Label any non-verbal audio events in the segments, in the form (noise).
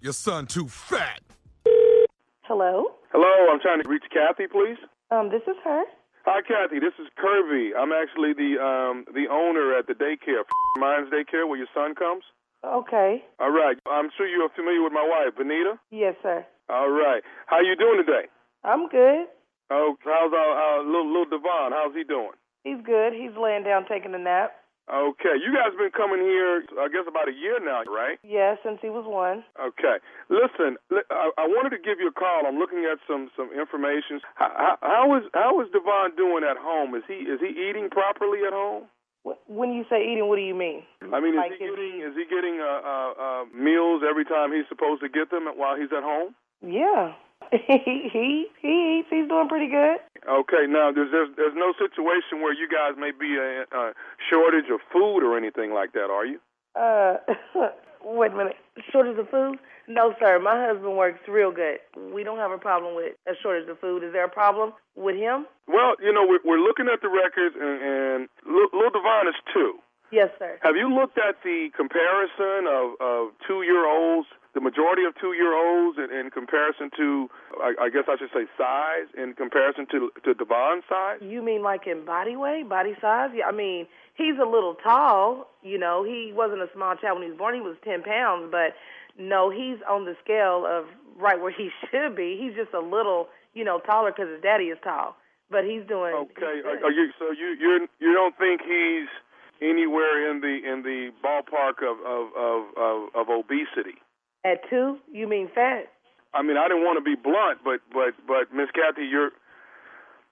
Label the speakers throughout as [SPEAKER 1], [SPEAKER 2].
[SPEAKER 1] Your son too fat.
[SPEAKER 2] Hello?
[SPEAKER 3] Hello, I'm trying to reach Kathy, please.
[SPEAKER 2] Um, this is her.
[SPEAKER 3] Hi, Kathy. This is Kirby. I'm actually the um, the owner at the daycare, Mines Daycare, where your son comes.
[SPEAKER 2] Okay.
[SPEAKER 3] All right. I'm sure you are familiar with my wife, Benita.
[SPEAKER 2] Yes, sir.
[SPEAKER 3] All right. How you doing today?
[SPEAKER 2] I'm good.
[SPEAKER 3] Oh, how's our, our little little Devon? How's he doing?
[SPEAKER 2] He's good. He's laying down taking a nap.
[SPEAKER 3] Okay. You guys been coming here, I guess, about a year now, right?
[SPEAKER 2] Yeah, since he was one.
[SPEAKER 3] Okay. Listen, li- I I wanted to give you a call. I'm looking at some some information. How, how, how is how is Devon doing at home? Is he is he eating properly at home?
[SPEAKER 2] Wh- When you say eating, what do you mean?
[SPEAKER 3] I mean, is
[SPEAKER 2] Like,
[SPEAKER 3] he
[SPEAKER 2] is
[SPEAKER 3] getting is he getting uh, uh, uh, meals every time he's supposed to get them while he's at home?
[SPEAKER 2] Yeah. (laughs) he he he eats. He's doing pretty good.
[SPEAKER 3] Okay, now there's there's, there's no situation where you guys may be uh, a, a shortage of food or anything like that, are you?
[SPEAKER 2] Uh, (laughs) wait a minute. Shortage of food? No, sir. My husband works real good. We don't have a problem with a shortage of food. Is there a problem with him?
[SPEAKER 3] Well, you know, we're, we're looking at the records, and, and Lil, Lil Devon is two.
[SPEAKER 2] Yes, sir.
[SPEAKER 3] Have you looked at the comparison of, of two year olds, the majority of two year olds, in, in comparison to, I, I guess I should say, size, in comparison to to Devon's size?
[SPEAKER 2] You mean like in body weight, body size? Yeah, I mean he's a little tall. You know, he wasn't a small child when he was born. He was ten pounds, but no, he's on the scale of right where he (laughs) should be. He's just a little, you know, taller because his daddy is tall. But he's doing
[SPEAKER 3] Okay,
[SPEAKER 2] he's good.
[SPEAKER 3] are, are you so you you you don't think he's anywhere in the in the ballpark of of of of, of obesity?
[SPEAKER 2] at two? You mean fat?
[SPEAKER 3] I mean, I didn't want to be blunt, but but but Miss Kathy, you're. (sighs)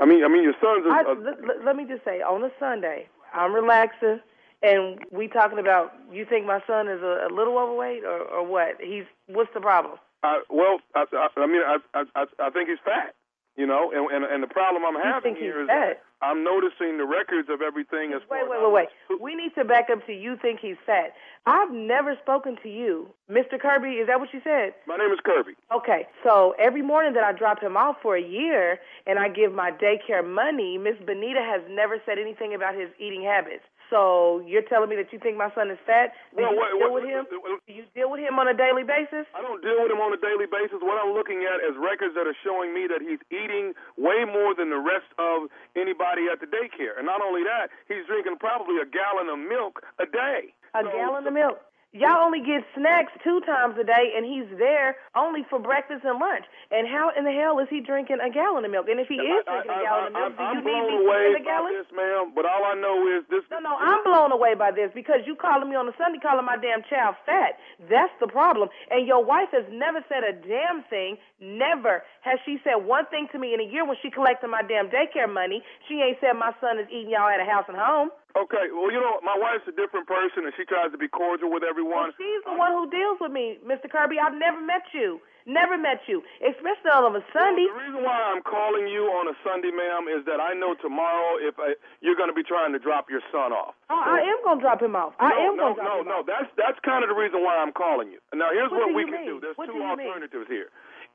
[SPEAKER 3] I mean, I mean, your son's.
[SPEAKER 2] I,
[SPEAKER 3] A, a,
[SPEAKER 2] l- l- let me just say, on a Sunday, I'm relaxing, and we talking about. You think my son is a, a little overweight, or, or what? He's what's the problem?
[SPEAKER 3] I, well, I, I, I mean, I, I I- I think he's fat. You know, and and, and the problem I'm
[SPEAKER 2] You
[SPEAKER 3] having
[SPEAKER 2] think he's
[SPEAKER 3] here is
[SPEAKER 2] fat?
[SPEAKER 3] I'm noticing the records of everything as far
[SPEAKER 2] Wait, wait,
[SPEAKER 3] as
[SPEAKER 2] wait,
[SPEAKER 3] how
[SPEAKER 2] wait.
[SPEAKER 3] much food-
[SPEAKER 2] We need to back up to you think he's fat. I've never spoken to you, Mr. Kirby. Is that what you said?
[SPEAKER 3] My name is Kirby.
[SPEAKER 2] Okay, so every morning that I drop him off for a year and I give my daycare money, Miss Benita has never said anything about his eating habits. So you're telling me that you think my son is fat? Do
[SPEAKER 3] Well,
[SPEAKER 2] you
[SPEAKER 3] what-
[SPEAKER 2] deal
[SPEAKER 3] what-
[SPEAKER 2] with him?
[SPEAKER 3] what-
[SPEAKER 2] Do you deal with him on a daily basis?
[SPEAKER 3] I don't deal with him on a daily basis. What I'm looking at is records that are showing me that he's eating way more than the rest of anybody at the daycare. And not only that, he's drinking probably a gallon of milk a day.
[SPEAKER 2] A
[SPEAKER 3] So-
[SPEAKER 2] gallon of milk. Y'all only get snacks two times a day, and he's there only for breakfast and lunch. And how in the hell is he drinking a gallon of milk? And if he
[SPEAKER 3] I,
[SPEAKER 2] is
[SPEAKER 3] I,
[SPEAKER 2] drinking a
[SPEAKER 3] I-
[SPEAKER 2] gallon of
[SPEAKER 3] I,
[SPEAKER 2] milk,
[SPEAKER 3] I'm
[SPEAKER 2] do you
[SPEAKER 3] blown
[SPEAKER 2] need me
[SPEAKER 3] away
[SPEAKER 2] drinking a gallon?
[SPEAKER 3] by this, ma'am. But all I know is this.
[SPEAKER 2] No, no, I'm blown away by this because you calling me on a Sunday calling my damn child fat. That's the problem. And your wife has never said a damn thing. Never has she said one thing to me in a year when she collected my damn daycare money. She ain't said my son is eating y'all at a house and home.
[SPEAKER 3] Okay, well, you know, my wife's a different person, and she tries to be cordial with
[SPEAKER 2] Well,
[SPEAKER 3] everyone.
[SPEAKER 2] she's the one who deals with me, Mr. Kirby. I've never met you. Never met you. Especially on a Sunday.
[SPEAKER 3] The reason why I'm calling you on a Sunday, ma'am, is that I know tomorrow if I, you're going to be trying to drop your son off.
[SPEAKER 2] Oh, I am going to drop him off. I
[SPEAKER 3] no,
[SPEAKER 2] am
[SPEAKER 3] no,
[SPEAKER 2] going to drop
[SPEAKER 3] no,
[SPEAKER 2] him
[SPEAKER 3] no.
[SPEAKER 2] off.
[SPEAKER 3] That's that's kind of the reason why I'm calling you. Now, here's
[SPEAKER 2] What
[SPEAKER 3] what,
[SPEAKER 2] do
[SPEAKER 3] we
[SPEAKER 2] you
[SPEAKER 3] can
[SPEAKER 2] mean?
[SPEAKER 3] do. There's
[SPEAKER 2] What
[SPEAKER 3] two
[SPEAKER 2] do you mean?
[SPEAKER 3] alternatives here.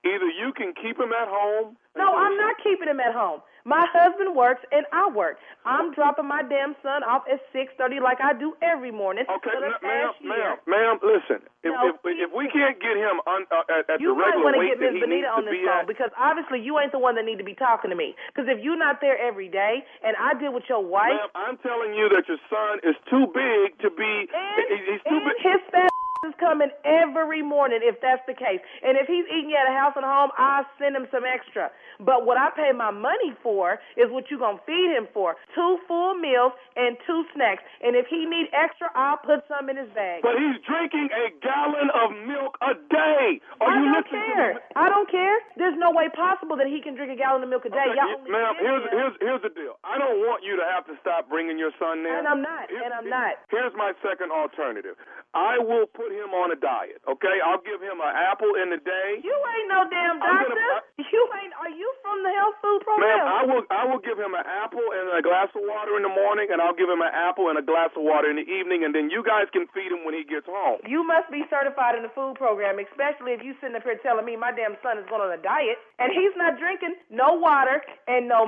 [SPEAKER 3] Either you can keep him at home.
[SPEAKER 2] No, I'm not keeping him at home. My husband works and I work. I'm dropping my damn son off at six thirty like I do every morning.
[SPEAKER 3] Okay,
[SPEAKER 2] for the
[SPEAKER 3] ma- ma'am,
[SPEAKER 2] past
[SPEAKER 3] ma'am,
[SPEAKER 2] year.
[SPEAKER 3] ma'am. Listen, if
[SPEAKER 2] No,
[SPEAKER 3] if, if we
[SPEAKER 2] please.
[SPEAKER 3] can't get him un, uh, at, at the
[SPEAKER 2] You might
[SPEAKER 3] regular
[SPEAKER 2] want to
[SPEAKER 3] weight
[SPEAKER 2] get
[SPEAKER 3] that he
[SPEAKER 2] Miss
[SPEAKER 3] needs
[SPEAKER 2] Benita on
[SPEAKER 3] to
[SPEAKER 2] this
[SPEAKER 3] be
[SPEAKER 2] phone
[SPEAKER 3] at,
[SPEAKER 2] because obviously you ain't the one that need to be talking to me. Because if you're not there every day and I deal with your wife
[SPEAKER 3] ma'am, I'm telling you that your son is too big to be.
[SPEAKER 2] and,
[SPEAKER 3] he- he's too big.
[SPEAKER 2] and his fat is coming every morning if that's the case. And if he's eating at a house and home, I send him some extra. But what I pay my money for is what you gonna feed him for: two full meals and two snacks. And if he need extra, I'll put some in his bag.
[SPEAKER 3] But he's drinking a gallon of milk a day. Are
[SPEAKER 2] I
[SPEAKER 3] you
[SPEAKER 2] don't
[SPEAKER 3] listening
[SPEAKER 2] care.
[SPEAKER 3] to me?
[SPEAKER 2] I don't care. There's no way possible that he can drink a gallon of milk a day.
[SPEAKER 3] Okay,
[SPEAKER 2] Y'all only
[SPEAKER 3] ma'am,
[SPEAKER 2] give
[SPEAKER 3] here's
[SPEAKER 2] him-
[SPEAKER 3] here's here's the deal. I don't want you to have to stop bringing your son there.
[SPEAKER 2] And I'm not. And I'm not.
[SPEAKER 3] Here's my second alternative. I will put him on a diet. Okay, I'll give him an apple in the day.
[SPEAKER 2] You ain't no damn
[SPEAKER 3] I'm
[SPEAKER 2] doctor.
[SPEAKER 3] gonna-
[SPEAKER 2] (laughs) you ain't. Are you from the health food program?
[SPEAKER 3] Ma'am, I will I will give him an apple and a glass of water in the morning, and I'll give him an apple and a glass of water in the evening, and then you guys can feed him when he gets home.
[SPEAKER 2] You must be certified in the food program, especially if you sitting up here telling me my damn son is going on a diet and he's not drinking no (laughs) water and no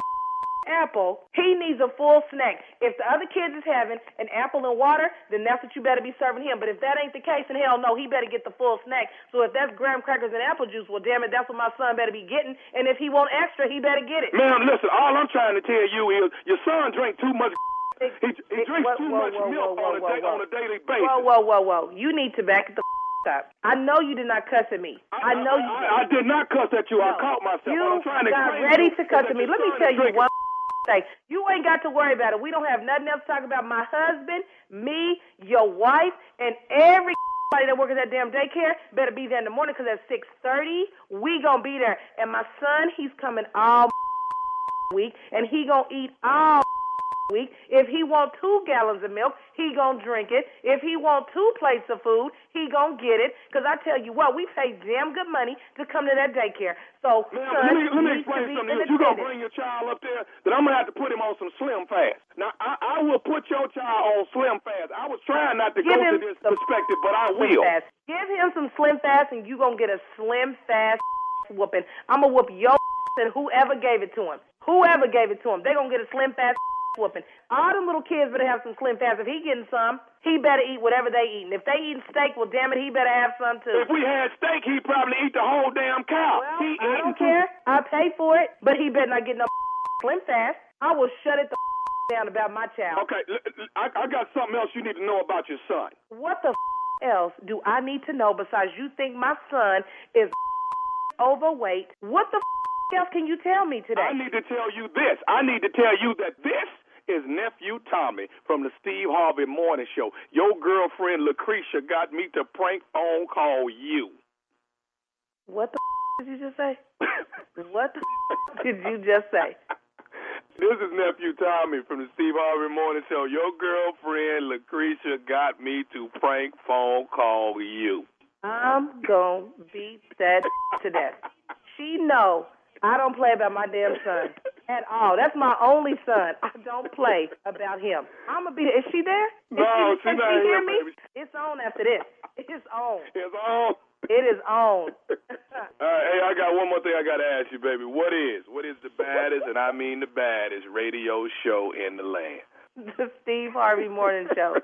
[SPEAKER 2] apple, he needs a full snack. If the other kid is having an apple and water, then that's what you better be serving him. But if that ain't the case, then hell no, he better get the full snack. So if that's graham crackers and apple juice, well, damn it, that's what my son better be getting. And if he want extra, he better get it.
[SPEAKER 3] Ma'am, listen, all I'm trying to tell you is your son drank too much.
[SPEAKER 2] It-
[SPEAKER 3] He, he
[SPEAKER 2] it-
[SPEAKER 3] drinks
[SPEAKER 2] whoa,
[SPEAKER 3] too
[SPEAKER 2] whoa,
[SPEAKER 3] much
[SPEAKER 2] whoa,
[SPEAKER 3] milk
[SPEAKER 2] whoa,
[SPEAKER 3] on, a
[SPEAKER 2] whoa,
[SPEAKER 3] day,
[SPEAKER 2] whoa.
[SPEAKER 3] on a daily basis.
[SPEAKER 2] Whoa, whoa, whoa, whoa. You need to back the (laughs) up. I know you did not cuss at me. I know you did.
[SPEAKER 3] I, I did not cuss at you. I caught myself. What
[SPEAKER 2] You
[SPEAKER 3] I'm trying to
[SPEAKER 2] got
[SPEAKER 3] explain
[SPEAKER 2] ready
[SPEAKER 3] you
[SPEAKER 2] to
[SPEAKER 3] is
[SPEAKER 2] cuss
[SPEAKER 3] that
[SPEAKER 2] at me.
[SPEAKER 3] your
[SPEAKER 2] Let me
[SPEAKER 3] son
[SPEAKER 2] tell
[SPEAKER 3] is
[SPEAKER 2] you
[SPEAKER 3] drinking
[SPEAKER 2] one thing. You ain't got to worry about it. We don't have nothing else to talk about. My husband, me, your wife, and every that work at that damn daycare better be there in the morning because at 6.30, we going to be there. And my son, he's coming all week, and he going to eat all (laughs) week. If he want two gallons of milk, he gonna drink it. If he want two plates of food, he gonna get it. Cause I tell you what, we pay damn good money to come to that daycare. So
[SPEAKER 3] Ma'am,
[SPEAKER 2] son
[SPEAKER 3] let me, let me
[SPEAKER 2] needs to
[SPEAKER 3] explain
[SPEAKER 2] be
[SPEAKER 3] something.
[SPEAKER 2] in
[SPEAKER 3] If you're going to
[SPEAKER 2] attendance.
[SPEAKER 3] bring your child up there, then I'm going to have to put him on some slim fast. Now, I, I will put your child on slim fast. I was trying not to
[SPEAKER 2] Give
[SPEAKER 3] go to
[SPEAKER 2] him
[SPEAKER 3] this
[SPEAKER 2] some
[SPEAKER 3] perspective, but I
[SPEAKER 2] Slim
[SPEAKER 3] will.
[SPEAKER 2] Fast. Give him some slim fast, and you gonna get a slim fast (laughs) whooping. I'ma whoop your (laughs) and whoever gave it to him. Whoever gave it to him, they gonna get a slim fast (laughs) whooping. All them little kids better have some slim fast. If he getting some, he better eat whatever they eating. If they eating steak, well, damn it, he better have some too.
[SPEAKER 3] If we had steak, he'd probably eat the whole damn cow.
[SPEAKER 2] Well,
[SPEAKER 3] he
[SPEAKER 2] I
[SPEAKER 3] eating
[SPEAKER 2] don't care. I pay for it, but he better not get no (laughs) slim fast. I will shut it the (laughs) down about my
[SPEAKER 3] Too.
[SPEAKER 2] child.
[SPEAKER 3] (laughs) Okay, l- l- I, I got something else you need to know about your son.
[SPEAKER 2] What the else do I need to know besides you think my son is overweight? What the else can you tell me
[SPEAKER 3] I
[SPEAKER 2] today?
[SPEAKER 3] need to tell you this. I need to tell you that this is nephew Tommy from the Steve Harvey Morning Show. Your girlfriend Lucretia got me to prank phone call you. (laughs)
[SPEAKER 2] What the did you just say? What the did you just say?
[SPEAKER 3] This is nephew Tommy from the Steve Harvey Morning Show. Your girlfriend Lucretia got me to prank phone call you.
[SPEAKER 2] I'm gonna beat that to death. She know I don't play about my damn son at all. That's my only son. I don't play about him. I'm gonna be. Is she there? Is
[SPEAKER 3] No, she
[SPEAKER 2] can
[SPEAKER 3] not
[SPEAKER 2] she
[SPEAKER 3] here,
[SPEAKER 2] hear me?
[SPEAKER 3] baby.
[SPEAKER 2] It's on after this. It's on.
[SPEAKER 3] It's on.
[SPEAKER 2] It is on.
[SPEAKER 3] (laughs) All right, hey, I got one more thing I got to ask you, baby. What is what is the baddest, and I mean the baddest radio show in the land? (laughs)
[SPEAKER 2] (laughs) the Steve Harvey Morning Show.